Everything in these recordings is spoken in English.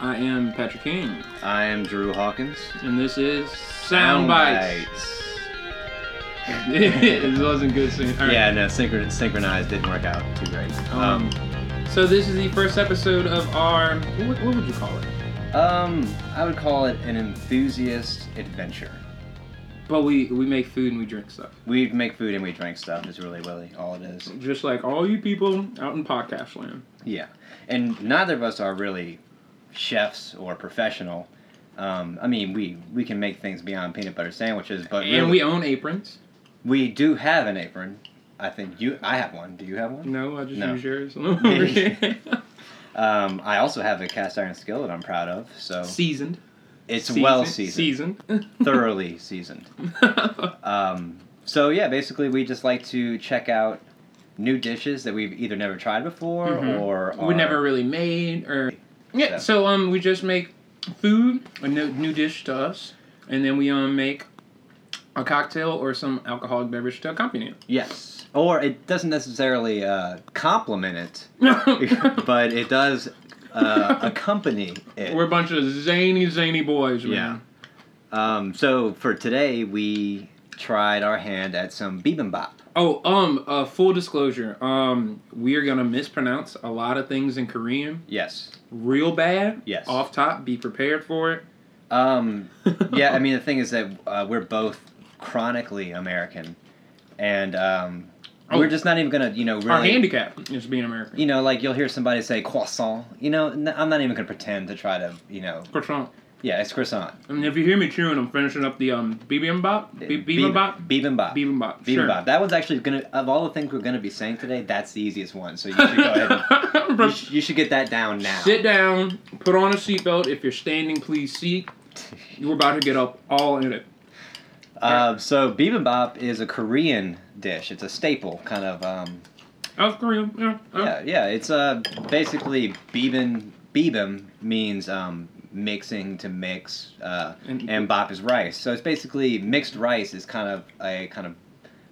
I am Patrick King, I am Drew Hawkins. and this is Sound Bites. it wasn't good singing. All right. Yeah, no, synchron- synchronized didn't work out too great. Um, Um, so this is the first episode of our. What, what would you call it? um, I would call it an enthusiast adventure. But we we make food and we drink stuff, We make food and we drink stuff. Is really, really all it is. just like all you people out in podcast land. Yeah, and neither of us are really chefs or professional. Um, I mean, we we can make things beyond peanut butter sandwiches, but And really- we own aprons. we do have an apron. I think you. I have one. Do you have one? No, I just No. use yours. Over here. Um, I also have a cast iron skillet. I'm proud of. So seasoned. it's Seasoned. well seasoned, Seasoned. thoroughly seasoned. Um, so yeah, basically, we just like to check out new dishes that we've either never tried before Mhm. or we are- never really made or yeah. Yeah. So um, we just make food, a new, new dish to us, and then we um make a cocktail or some alcoholic beverage to accompany Yes, or it doesn't necessarily uh, complement it. it. but it does uh, accompany it. We're a bunch of zany, zany boys. Man. Um, so for today, we tried our hand at some bibimbap. Oh, um, uh, full disclosure, um, we are gonna mispronounce a lot of things in Korean Yes. real bad. Yes. Off top, be prepared for it. Um, yeah, I mean the thing is that uh, we're both chronically American, and um, Oh. we're just not even gonna, you know, really. Our handicap is being American. you know, like you'll hear somebody say croissant. You know, n- I'm not even gonna pretend to try to, you know, Croissant. yeah, it's croissant. And if you hear me chewing, I'm finishing up the um bibimbap, Bi- bibimbap, Bib- bibimbap. bibimbap, Bibimbap. sure. That one's actually gonna of all the things we're gonna be saying today, that's the easiest one. So you should go ahead. And, you, sh- you should get that down now. Sit down, put on a seatbelt. If you're standing, please seat. You're about to get up all in it. Uh, so bibimbap is a Korean dish. It's a staple, kind of. Um, South Korea, yeah. uh, yeah, yeah. It's uh, basically bibim. Bibim means um, mixing to mix, uh, And- and, bop is rice. So it's basically mixed rice is kind of a kind of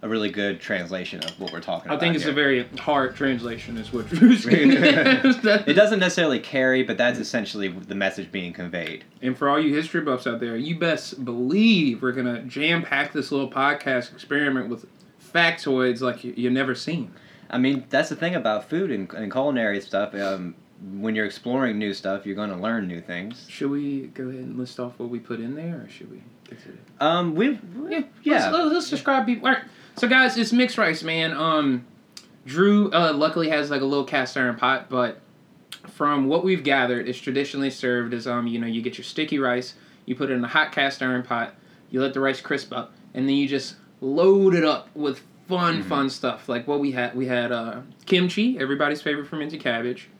a really good translation of what we're talking I about. think it's here. a very hard translation, is what Drew's getting at. It doesn't necessarily carry, but that's essentially the message being conveyed. And for all you history buffs out there, you best believe we're gonna jam pack this little podcast experiment with factoids like you, you never seen. I mean, that's the thing about food and, and culinary stuff. Um, when you're exploring new stuff, you're going to learn new things. Should we go ahead and list off what we put in there, or should we? Consider? Um, we Yeah, Yeah. Let's, let's, let's describe people. All right. So guys, it's mixed rice, man. Um, Drew uh, luckily has like a little cast iron pot, but from what we've gathered, it's traditionally served as um, you know, you get your sticky rice, you put it in a hot cast iron pot, you let the rice crisp up, and then you just load it up with fun, Mm-hmm. fun stuff. Like what we had, we had uh, kimchi, everybody's favorite fermented cabbage.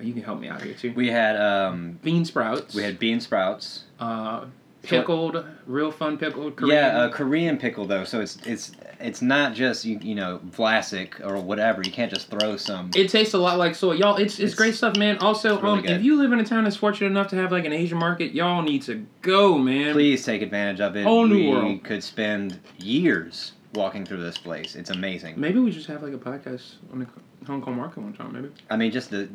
Oh, You can help me out here too. we had um, Bean sprouts. we had bean sprouts. uh, pickled, real fun pickled. Korean. Yeah, uh, Korean pickle though. So it's it's it's not just you, you know Vlasic or whatever. You can't just throw some. It tastes a lot like soy, y'all. It's it's, It's- great stuff, man. Also, it's really um, good. if you live in a town that's fortunate enough to have like an Asian market, y'all need to go, man. Please take advantage of it. Whole new we world. could spend years walking through this place. It's amazing. Maybe we just have like a podcast on the Hong Kong market one time. Maybe I mean, just the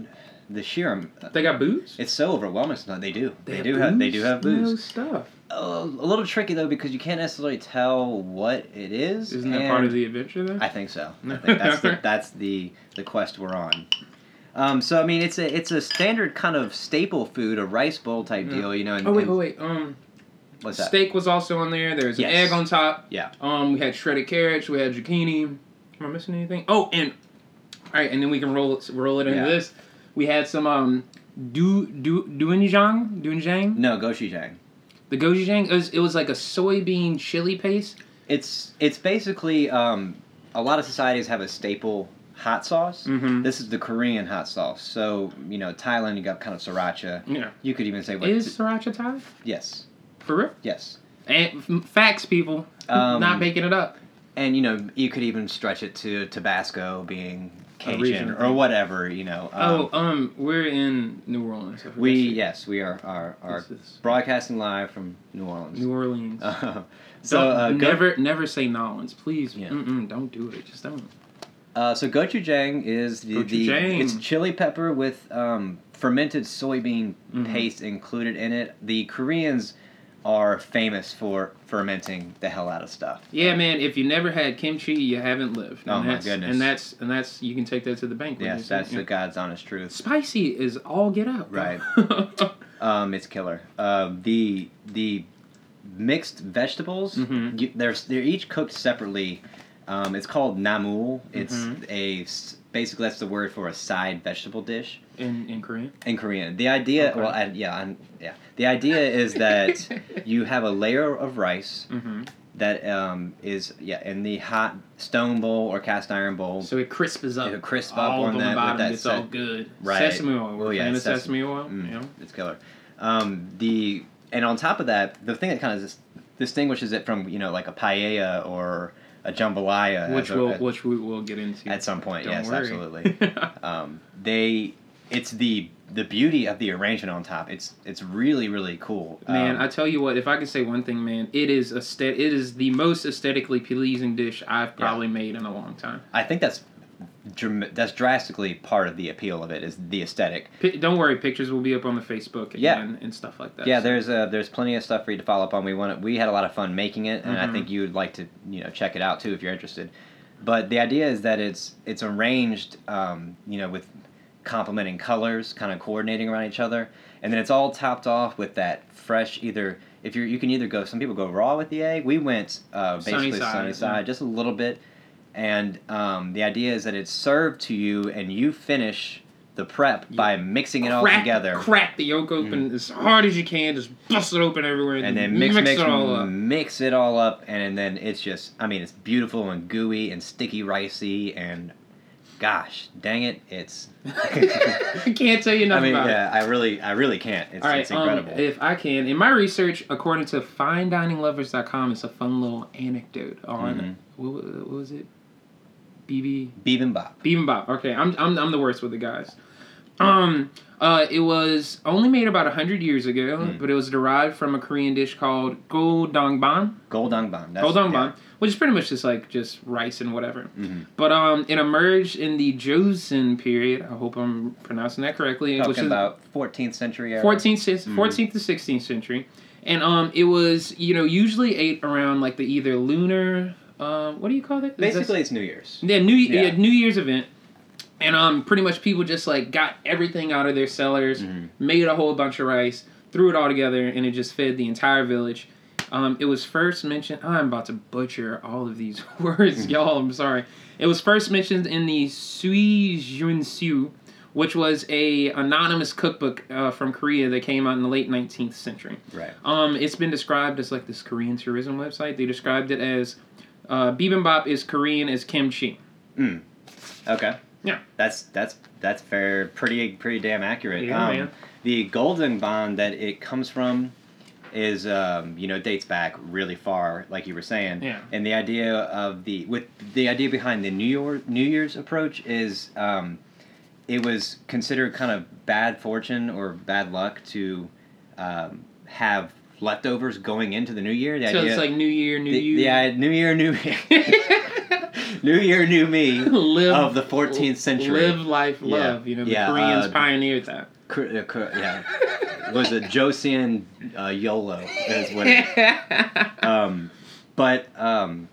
the sheer. am- they got booze. It's so overwhelming. Sometimes they do. They, do have. They do have booze. No stuff. a little tricky though because you can't necessarily tell what it is. Isn't that part of and- the adventure though? I think so. I think that's the that's the the quest we're on. Um, so I mean, it's a it's a standard kind of staple food, a rice bowl type Yeah. deal, you know. And, oh wait, and- oh wait. Um, What's that? steak was also on there. There's an Yes. egg on top. Yeah. Um, we had shredded carrots. We had zucchini. Am I missing anything? Oh, and all right, and then we can roll it roll it into Yeah. this. We had some um, du du doenjang doenjang. No, gochujang. The gochujang it was it was like a soybean chili paste. It's it's basically um, a lot of societies have a staple hot sauce. Mhm. This is the Korean hot sauce. So you know, Thailand, you got kind of sriracha. Yeah. You could even say what? Is sriracha Thai? yes, For real? yes. And f- facts, people. Um, Not making it up. and you know you could even stretch it to Tabasco being region, Cajun yeah. or whatever you know. Um, oh, um, we're in New Orleans. I forgot we shit. yes we are are, are This is- broadcasting live from New Orleans. New Orleans. Uh, so so uh, go- never, never say Nolans, please. Yeah. Mm-mm, don't do it. Just don't. Uh, so gochujang is the, the Gochujang. it's chili pepper with um, fermented soybean Mhm. paste included in it. The Koreans are famous for fermenting the hell out of stuff. Yeah, man. If you never had kimchi, you haven't lived. Oh, and my that's, goodness. And that's and that's you can take that to the bank. when you Yes, say- that's yeah. the God's honest truth. Spicy is all get out. bro. Right. Um, it's killer. Uh, the the mixed vegetables, Mhm. you, they're they're each cooked separately. Um, it's called namul. It's Mhm. a s a basically that's the word for a side vegetable dish. in in Korean. in Korean. The idea, Okay. well, I, yeah, I'm, yeah. The idea is that you have a layer of rice hmm that um, is yeah in the hot stone bowl or cast iron bowl. So it crisps up. It'll crisp up all on on the that with bottom. that it's se- all good. Right. Sesame oil. We're Oh, yeah, famous sesame, sesame- oil. Mm, Yeah. It's killer. Um, the and on top of that, the thing that kind of dis- distinguishes it from you know like a paella or a jambalaya, Which as a- we'll as- which we will get into. at some point, Don't yes, worry. absolutely. um, they it's the the beauty of the arrangement on top. It's it's really really cool. Man, Um, I tell you what, if I could say one thing, man, it is a sta- it is the most aesthetically pleasing dish I've probably made in a long time. I think that's dram- that's drastically part of the appeal of it is the aesthetic. Pi don't worry, pictures will be up on the Facebook Yeah. and, and stuff like that. yeah, so- there's uh there's plenty of stuff for you to follow up on. We want we had a lot of fun making it, and Mhm. I think you'd like to you know check it out too if you're interested. But the idea is that it's it's arranged, um, you know, with complementing colors, kind of coordinating around each other, and then it's all topped off with that fresh either. If you are you can either go, some people go raw with the egg. We went uh, Sunny basically side, sunny yeah. side, just a little bit, and um, the idea is that it's served to you, and you finish the prep by mixing it all crack, together. Mm. Crack the yolk open as hard as you can, just bust it open everywhere, and, and then mix, mix, mm. mix it all up. and then it's just I mean it's beautiful and gooey and sticky ricey and gosh dang it it's I I can't tell you nothing mean about it. yeah I really I really can't it's, All right, it's incredible Um, if I can, in my research, according to FineDiningLovers.com, it's a fun little anecdote on Mhm. what, wa- what was it? BB bibimbap Bebop. Okay, I'm, I'm I'm the worst with the guys. Um, uh, it was only made about hundred years ago, Mm. but it was derived from a Korean dish called goldongban, goldongban that's- goldongban, which is pretty much just like just rice and whatever. yeah. Mhm. But um, it emerged in the Joseon period. I hope I'm pronouncing that correctly. which talking is- about 14th century era. 14th, cen- 14th to 16th century. And um, it was, you know, usually ate around like the either lunar, um, what do you call that? Is that- basically it's New Year's yeah, New yeah. Yeah. New Year's event. And um, pretty much people just like got everything out of their cellars, Mhm. made a whole bunch of rice, threw it all together, and it just fed the entire village. Um, it was first mentioned. I'm about to butcher all of these words, y'all. I'm sorry. It was first mentioned in the Sui Junsu, which was a anonymous cookbook uh, from Korea that came out in the late 19th century. right Um, it's been described as like this Korean tourism website. They described it as uh, bibimbap is Korean as kimchi. mm. okay Yeah. that's that's that's fair pretty pretty damn accurate Yeah, um, man. the golden bond that it comes from is um, you know dates back really far like you were saying Yeah. and the idea of the with the idea behind the new year new year's approach is um, it was considered kind of bad fortune or bad luck to um, have leftovers going into the new year the so idea it's like New Year, New the, You. the i- new year new new year new me live of the 14th century. Live life, Yeah. love. You know, the Yeah, Koreans uh, pioneered that. Cr- uh, cr- yeah was a Joseon uh, YOLO is what it, um, but um,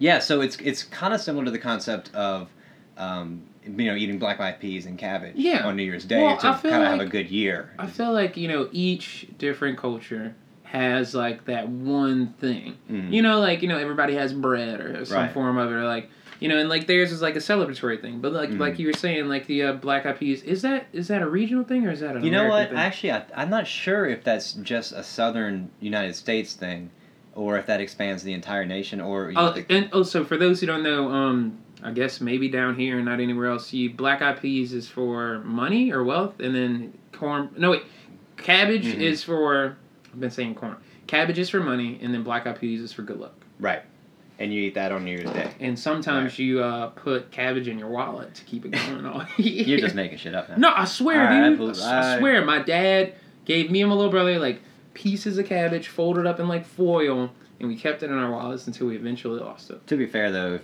yeah so it's it's kind of similar to the concept of um, you know eating black eyed peas and cabbage Yeah. on New Year's Day Well, to I kind of feel have a like- good year I feel like you know each different culture has like that one thing. Mhm. You know, like you know everybody has bread or some Right. form of it, or like you know, and like theirs is like a celebratory thing. But like Mhm. like you were saying, like the uh, black eyed peas is that is that a regional thing or is that an you know American what thing? actually I, I'm not sure if that's just a southern United States thing or if that expands the entire nation or Oh, and also for those who don't know, um, I guess maybe down here and not anywhere else, you black eyed peas is for money or wealth, and then corn. No wait, cabbage Mhm. is for. I've been saying corn. Cabbage is for money, and then black eyed peas is for good luck. right and you eat that on New Year's Day And sometimes you uh, put cabbage in your wallet to keep it going all year. you're just making shit up now No, I swear, All right, I dude. I, believe- I I- swear, my dad gave me and my little brother like pieces of cabbage folded up in like foil, and we kept it in our wallets until we eventually lost it. To be fair, though, if,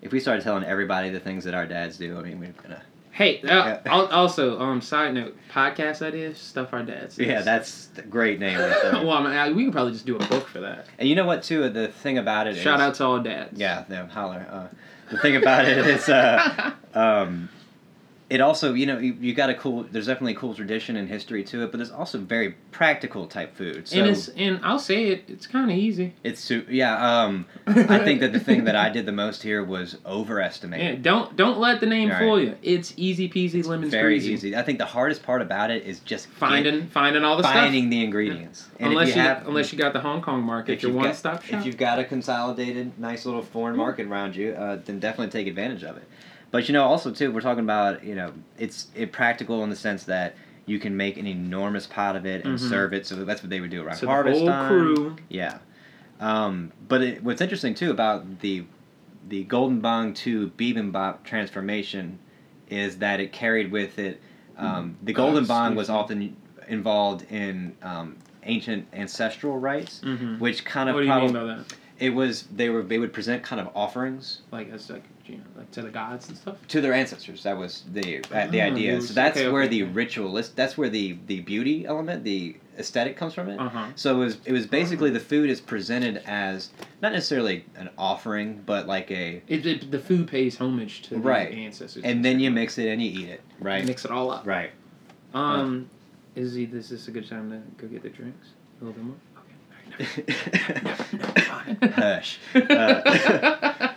if we started telling everybody the things that our dads do, I mean, we're gonna. Hey, uh, Yeah. al- also, um, side note, podcast ideas, stuff our dads. Yeah, that's a great name. Right there. well, I mean, I- we could probably just do a book for that. and you know what? Too the thing about it. is- Shout out to all dads. Yeah, no, holler. Uh, the thing about it is, uh, um, it also you know you, you got a cool. There's definitely a cool tradition and history to it, but there's also very practical type food. So and it's and I'll say it, it's kind of easy. it's su- yeah. Um, I think that the thing that I did the most here was overestimate. Yeah, don't don't let the name All fool you. It's easy peasy, lemon very squeezy. easy. I think the hardest part about it is just get- Finding finding all the finding the ingredients. stuff. Unless if you, unless you got the Hong Kong market, if your you've got- one stop Hmm. shop. If you've got a consolidated, nice little foreign market around you, uh, then definitely take advantage of it. But you know, also too, we're talking about you know, it's it practical in the sense that you can make an enormous pot of it and Mhm. serve it. So that's what they would do around so the harvest whole time. crew. Yeah, um, but it, what's interesting too about the the Golden Bong to Bibimbap transformation is that it carried with it. Um, the Uh, Golden Bong was excuse me. often involved in um, ancient ancestral rites, Mhm. which kind of What do you probably mean by that? it was they were they would present kind of offerings Like as like you know, like to the gods and stuff. to their ancestors. That was the uh, the Ah, idea. yes. So that's Okay, where okay, the okay. ritualist. That's where the the beauty element, the aesthetic comes from it. Uh huh. So it was it was basically the food is presented as not necessarily an offering, but like a It, it, the food pays homage to Right. the ancestors. and then you mix it and you eat it. Right. mix it all up. Right. Uh-huh. Um, is he, is this a good time to go get the drinks? A little bit more. Okay. Hush. Uh, Uh,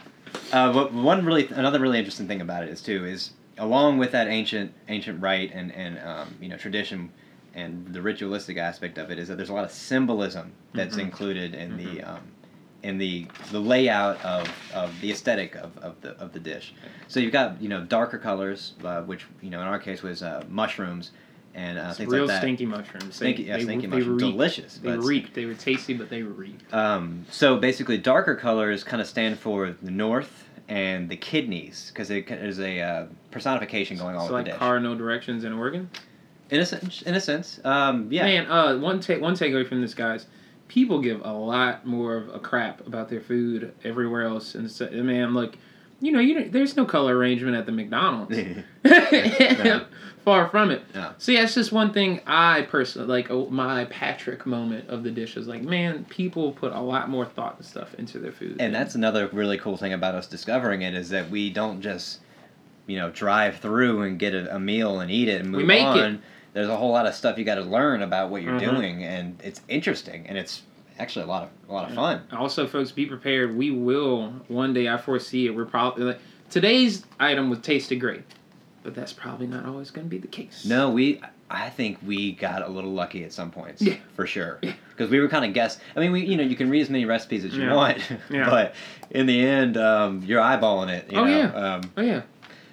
Uh, but one really another really interesting thing about it is too is along with that ancient ancient rite and and um, you know tradition and the ritualistic aspect of it is that there's a lot of symbolism that's Mhm. included in the um, in the the layout of, of the aesthetic of, of the of the dish. So you've got you know darker colors, uh, which you know in our case was uh, mushrooms and uh, It's things real like that. stinky mushrooms. Stinky, yeah, stinky they mushrooms, reeked. delicious. They but- reeked. They were tasty, but they reeked. um, so basically, darker colors kind of stand for the north and the kidneys because there's a uh, personification going on so with like the dish. car, no directions in Oregon. in a sense, in a sense, um, yeah. Man, uh, one take one takeaway from this, guys. People give a lot more of a crap about their food everywhere else, and so, man, like, you know, you don't- there's no color arrangement at the McDonald's. No. Far from it. No. So yeah, it's just one thing I personally like. Oh, my Patrick moment of the dish is like, man, people put a lot more thought and stuff into their food. and that's another really cool thing about us discovering it is that we don't just, you know, drive through and get a, a meal and eat it and We move make it. on. There's a whole lot of stuff you got to learn about what you're Mhm. doing, and it's interesting and it's actually a lot of a lot of Yeah. fun. also, folks, be prepared. We will one day. I foresee it. We're probably like today's item was tasted great, but that's probably not always going to be the case. No, we. I think we got a little lucky at some points. Yeah. For sure. Yeah. Because we were kind of guess. I mean, we you know you can read as many recipes as you Yeah. want, Yeah. but in the end, um, you're eyeballing it. You Oh, know? yeah. Um, Oh yeah,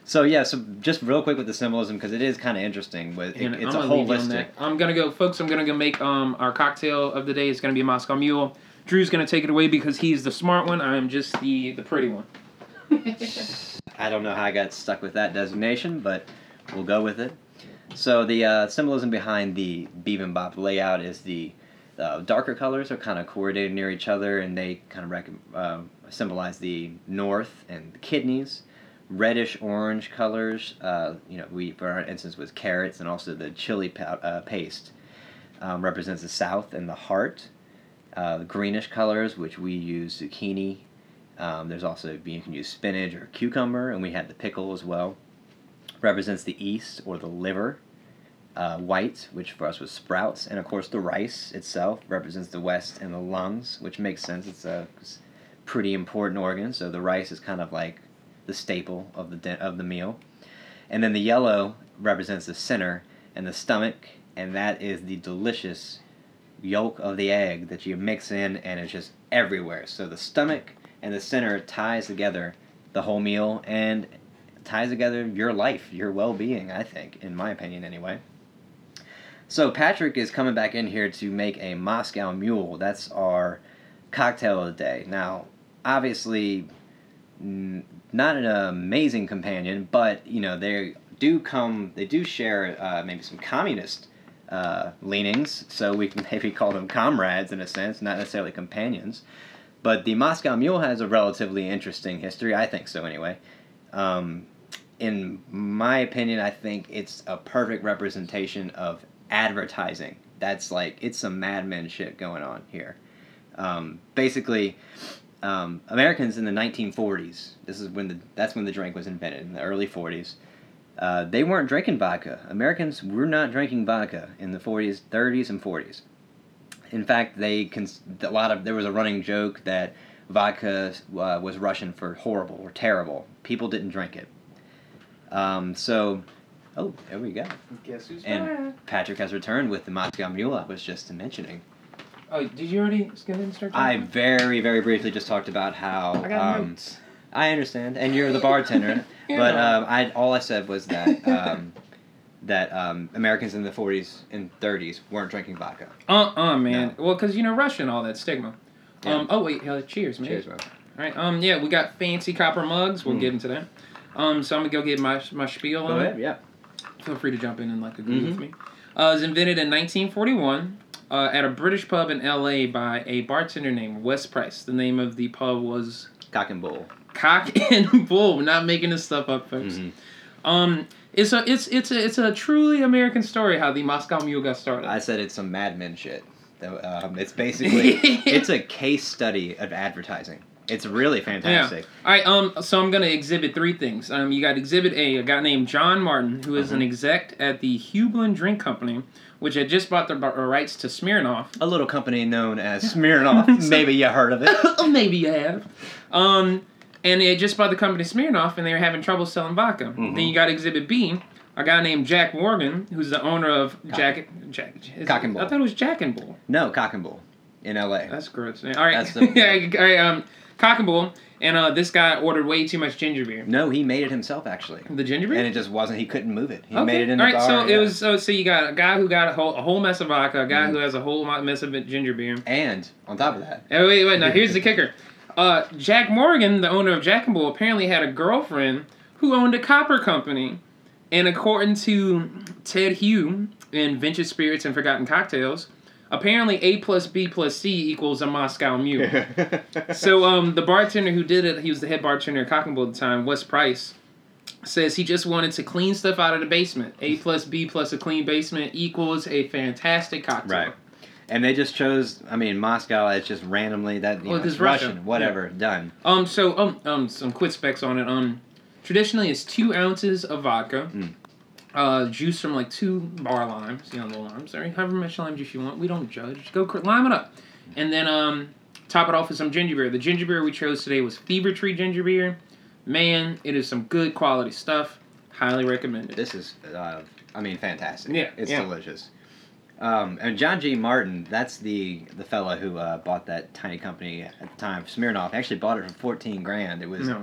so yeah. So just real quick with the symbolism because it is kind of interesting. With it, and it's I'm a gonna whole leave you on list. that. I'm gonna go, folks. I'm gonna go make um our cocktail of the day. It's gonna be a Moscow Mule. Drew's gonna take it away because he's the smart one. I am just the the pretty one. I don't know how I got stuck with that designation, but we'll go with it. So the uh, symbolism behind the bibimbap layout is the uh, darker colors are kind of coordinated near each other, and they kind of rec- uh, symbolize the north and the kidneys. Reddish orange colors, uh, you know, we for our instance was carrots, and also the chili pow- uh, paste um, represents the south and the heart. Uh, greenish colors, which we use zucchini um, there's also you can use spinach or cucumber, and we had the pickle as well. Represents the yeast or the liver. Uh, white, which for us was sprouts, and of course the rice itself represents the west and the lungs, which makes sense. It's a s- pretty important organ, so the rice is kind of like the staple of the din- of the meal. And then the yellow represents the center and the stomach, and that is the delicious yolk of the egg that you mix in, and it's just everywhere. So the stomach and the center ties together the whole meal and ties together your life, your well being, I think, in my opinion, anyway. So Patrick is coming back in here to make a Moscow Mule. That's our cocktail of the day. Now, obviously, n- not an amazing companion, but you know they do come. They do share uh, maybe some communist uh, leanings, so we can maybe call them comrades in a sense, not necessarily companions. But the Moscow Mule has a relatively interesting history. I think so, anyway. Um, in my opinion, I think it's a perfect representation of advertising. That's like, it's some madman shit going on here. Um, basically, um, Americans in the 1940s, this is when the, that's when the drink was invented, in the early 40s, uh, they weren't drinking vodka. Americans were not drinking vodka in the 40s, 30s, and 40s. In fact, they cons- a lot of there was a running joke that vodka uh, was Russian for horrible or terrible. People didn't drink it. Um, so, oh, there we go. Guess who's And Patrick has returned with the Moscow Mule I was just mentioning. Oh, did you already skip and start? I talking? very, very briefly just talked about how I got um, notes. I understand, and you're the bartender. Yeah. But um, I all I said was that um, that um, Americans in the 40s and 30s weren't drinking vodka. Uh uh man. Well, because you know Russia and all that stigma. Yeah. Um. Oh wait. Uh, cheers, man. Cheers, bro. All right. Um. Yeah, we got fancy copper mugs. We'll Mm. get into that. Um. So I'm gonna go get my my spiel. Go on it. ahead. Yeah. feel free to jump in and like agree with Mhm. me. Uh, it was invented in 1941 uh, at a British pub in L.A. by a bartender named Wes Price. The name of the pub was Cock and bull. Cock and Bull. We're not making this stuff up, folks. Mhm. Um, it's a it's it's a it's a truly American story how the Moscow Mule got started. I said it's some madmen shit. Though, Um, it's basically it's a case study of advertising. It's really fantastic. All right, um, so I'm gonna exhibit three things. Um, you got exhibit A, a guy named John Martin, who is Uh-huh. an exec at the Hublin Drink Company, which had just bought the b- uh, rights to Smirnoff, A little company known as Smirnoff. Maybe you heard of it. Maybe you have. Um, and they had just bought the company Smirnoff, and they were having trouble selling vodka. Mm-hmm. Then you got Exhibit B, a guy named Jack Morgan, who's the owner of Cock- Jack Jack. is Cock it- and I Bull. thought it was Jack and Bull. No, Cock and Bull, in L.A. That's a gross. name. All right, That's the- yeah, all right, um, Cock and Bull, and uh, this guy ordered way too much ginger beer. No, he made it himself actually, The ginger beer. and it just wasn't. He couldn't move it. He Okay. made it in the All right, bar. so yeah. Mm-hmm. it was. So, so you got a guy who got a whole, a whole mess of vodka, a guy who has a whole mo- mess of ginger beer. And on top of that, Oh, wait, wait, now here's the kicker. Uh, Jack Morgan, the owner of Jack and Bull, apparently had a girlfriend who owned a copper company. And according to Ted Hugh in Venture Spirits and Forgotten Cocktails, apparently A plus B plus C equals a Moscow Mule. so um, the bartender who did it, he was the head bartender at Cock and Bull at the time, Wes Price, says he just wanted to clean stuff out of the basement. A plus B plus a clean basement equals a fantastic cocktail. right, and they just chose. I mean, Moscow. It's just randomly that you Well, know, it's it's Russian, Russia. whatever. Done. Um. So um um some quick specs on it. Um, traditionally it's two ounces of vodka, Mm. uh, juice from like two bar limes, you know, little limes. Or however much lime juice you want. We don't judge. Go cr- lime it up, and then um top it off with some ginger beer. The ginger beer we chose today was Fever Tree ginger beer. Man, it is some good quality stuff. Highly recommended. This is, uh, I mean, fantastic. Yeah, it's yeah. delicious. Um, and John G. Martin, that's the the fella who uh, bought that tiny company at the time, Smirnoff. Actually, bought it for fourteen grand. It was no.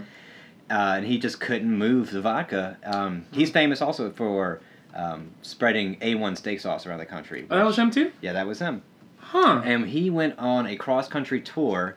uh, and he just couldn't move the vodka. Um, Hmm. he's famous also for um, spreading A1 steak sauce around the country. Oh, that was him too. yeah, that was him. Huh. And he went on a cross country tour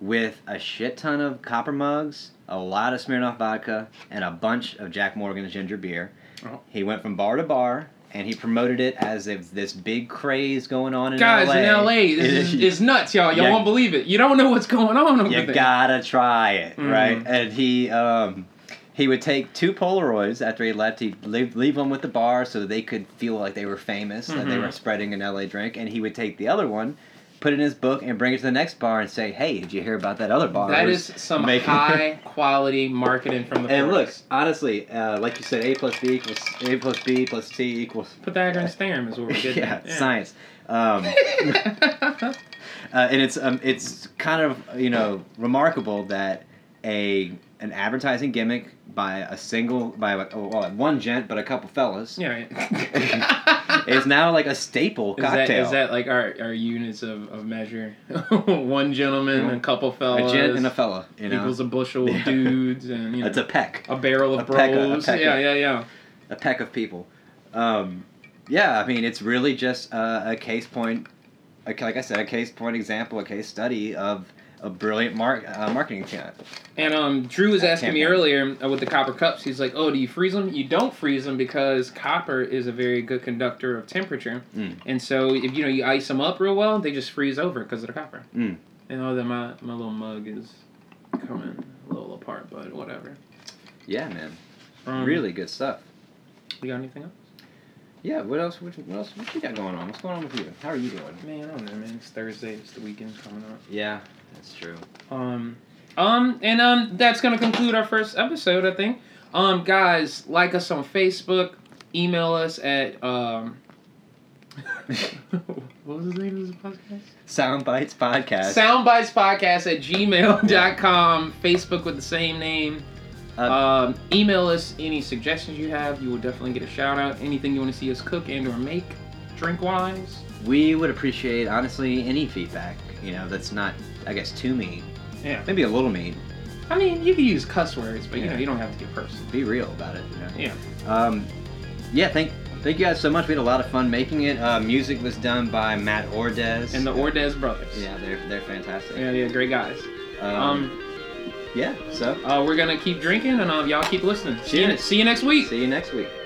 with a shit ton of copper mugs, a lot of Smirnoff vodka, and a bunch of Jack Morgan's ginger beer. Oh. He went from bar to bar. And he promoted it as if this big craze going on in Guys LA. in LA, this is, is nuts, y'all. Y'all Yeah. won't believe it. You don't know what's going on over you there. gotta try it, right? Mhm. And he um, he would take two Polaroids after he left. He'd leave, leave them with the bar so they could feel like they were famous that they Mhm. were spreading an LA drink. And he would take the other one, put it in his book, and bring it to the next bar and say, "Hey, did you hear about that other bar?" That It is was some making-" high quality marketing from the. And look, 40s. honestly, uh, like you said, A plus B equals A plus B plus T equals Pythagorean's theorem is what we did. yeah, there. science. Um, Uh, and it's um, it's kind of you know remarkable that a an advertising gimmick by a single by like, oh, well one gent but a couple fellas yeah. yeah. is now like a staple Is that, cocktail. is that like our, our units of, of measure? One gentleman, a couple a fellas, gent and a fella, you know. equals a bushel of Yeah. dudes, and you know, That's a peck, a barrel a of peck- a bros. peck of- yeah, yeah, yeah. a peck of people. Um, yeah, I mean it's really just uh, a case point, a, like I said, a case point example, a case study of a brilliant mar- uh, marketing chant. And um, Drew was That asking me campaign. earlier uh, with the copper cups. He's like, "Oh, do you freeze them? You don't freeze them because copper is a very good conductor of temperature, Mm. and so if you know you ice them up real well, they just freeze over because of the copper." Mm. I know that my, my little mug is coming a little apart, but whatever. Yeah, man. Um, really good stuff. You got anything else? Yeah. What else? What, what else? What you got going on? What's going on with you? How are you doing? Man, I don't know, man. It's Thursday. It's the weekend coming up. Yeah, that's true. Um, um, and um, that's gonna conclude our first episode, I think. Um, guys, like us on Facebook, email us at um. what was his name of this podcast? Sound bites podcast. Soundbites Podcast at gmail.com. Facebook with the same name. Uh, um, email us any suggestions you have. You will definitely get a shout out. Anything you want to see us cook and or make, drink wise. we would appreciate honestly any feedback. You know, that's not I guess too mean. Yeah. Maybe a little mean. I mean, you can use cuss words, but you Yeah. know you don't have to get personal. Be real about it. You know? Yeah. Um, yeah, thank thank you guys so much. We had a lot of fun making it. Uh, music was done by Matt Ordez. And the Ordez brothers. yeah, they're they're fantastic. Yeah, yeah, great guys. Um, Um, yeah. So uh, we're gonna keep drinking, and um, y'all keep listening. See you, Cheers. see you next week. see you next week.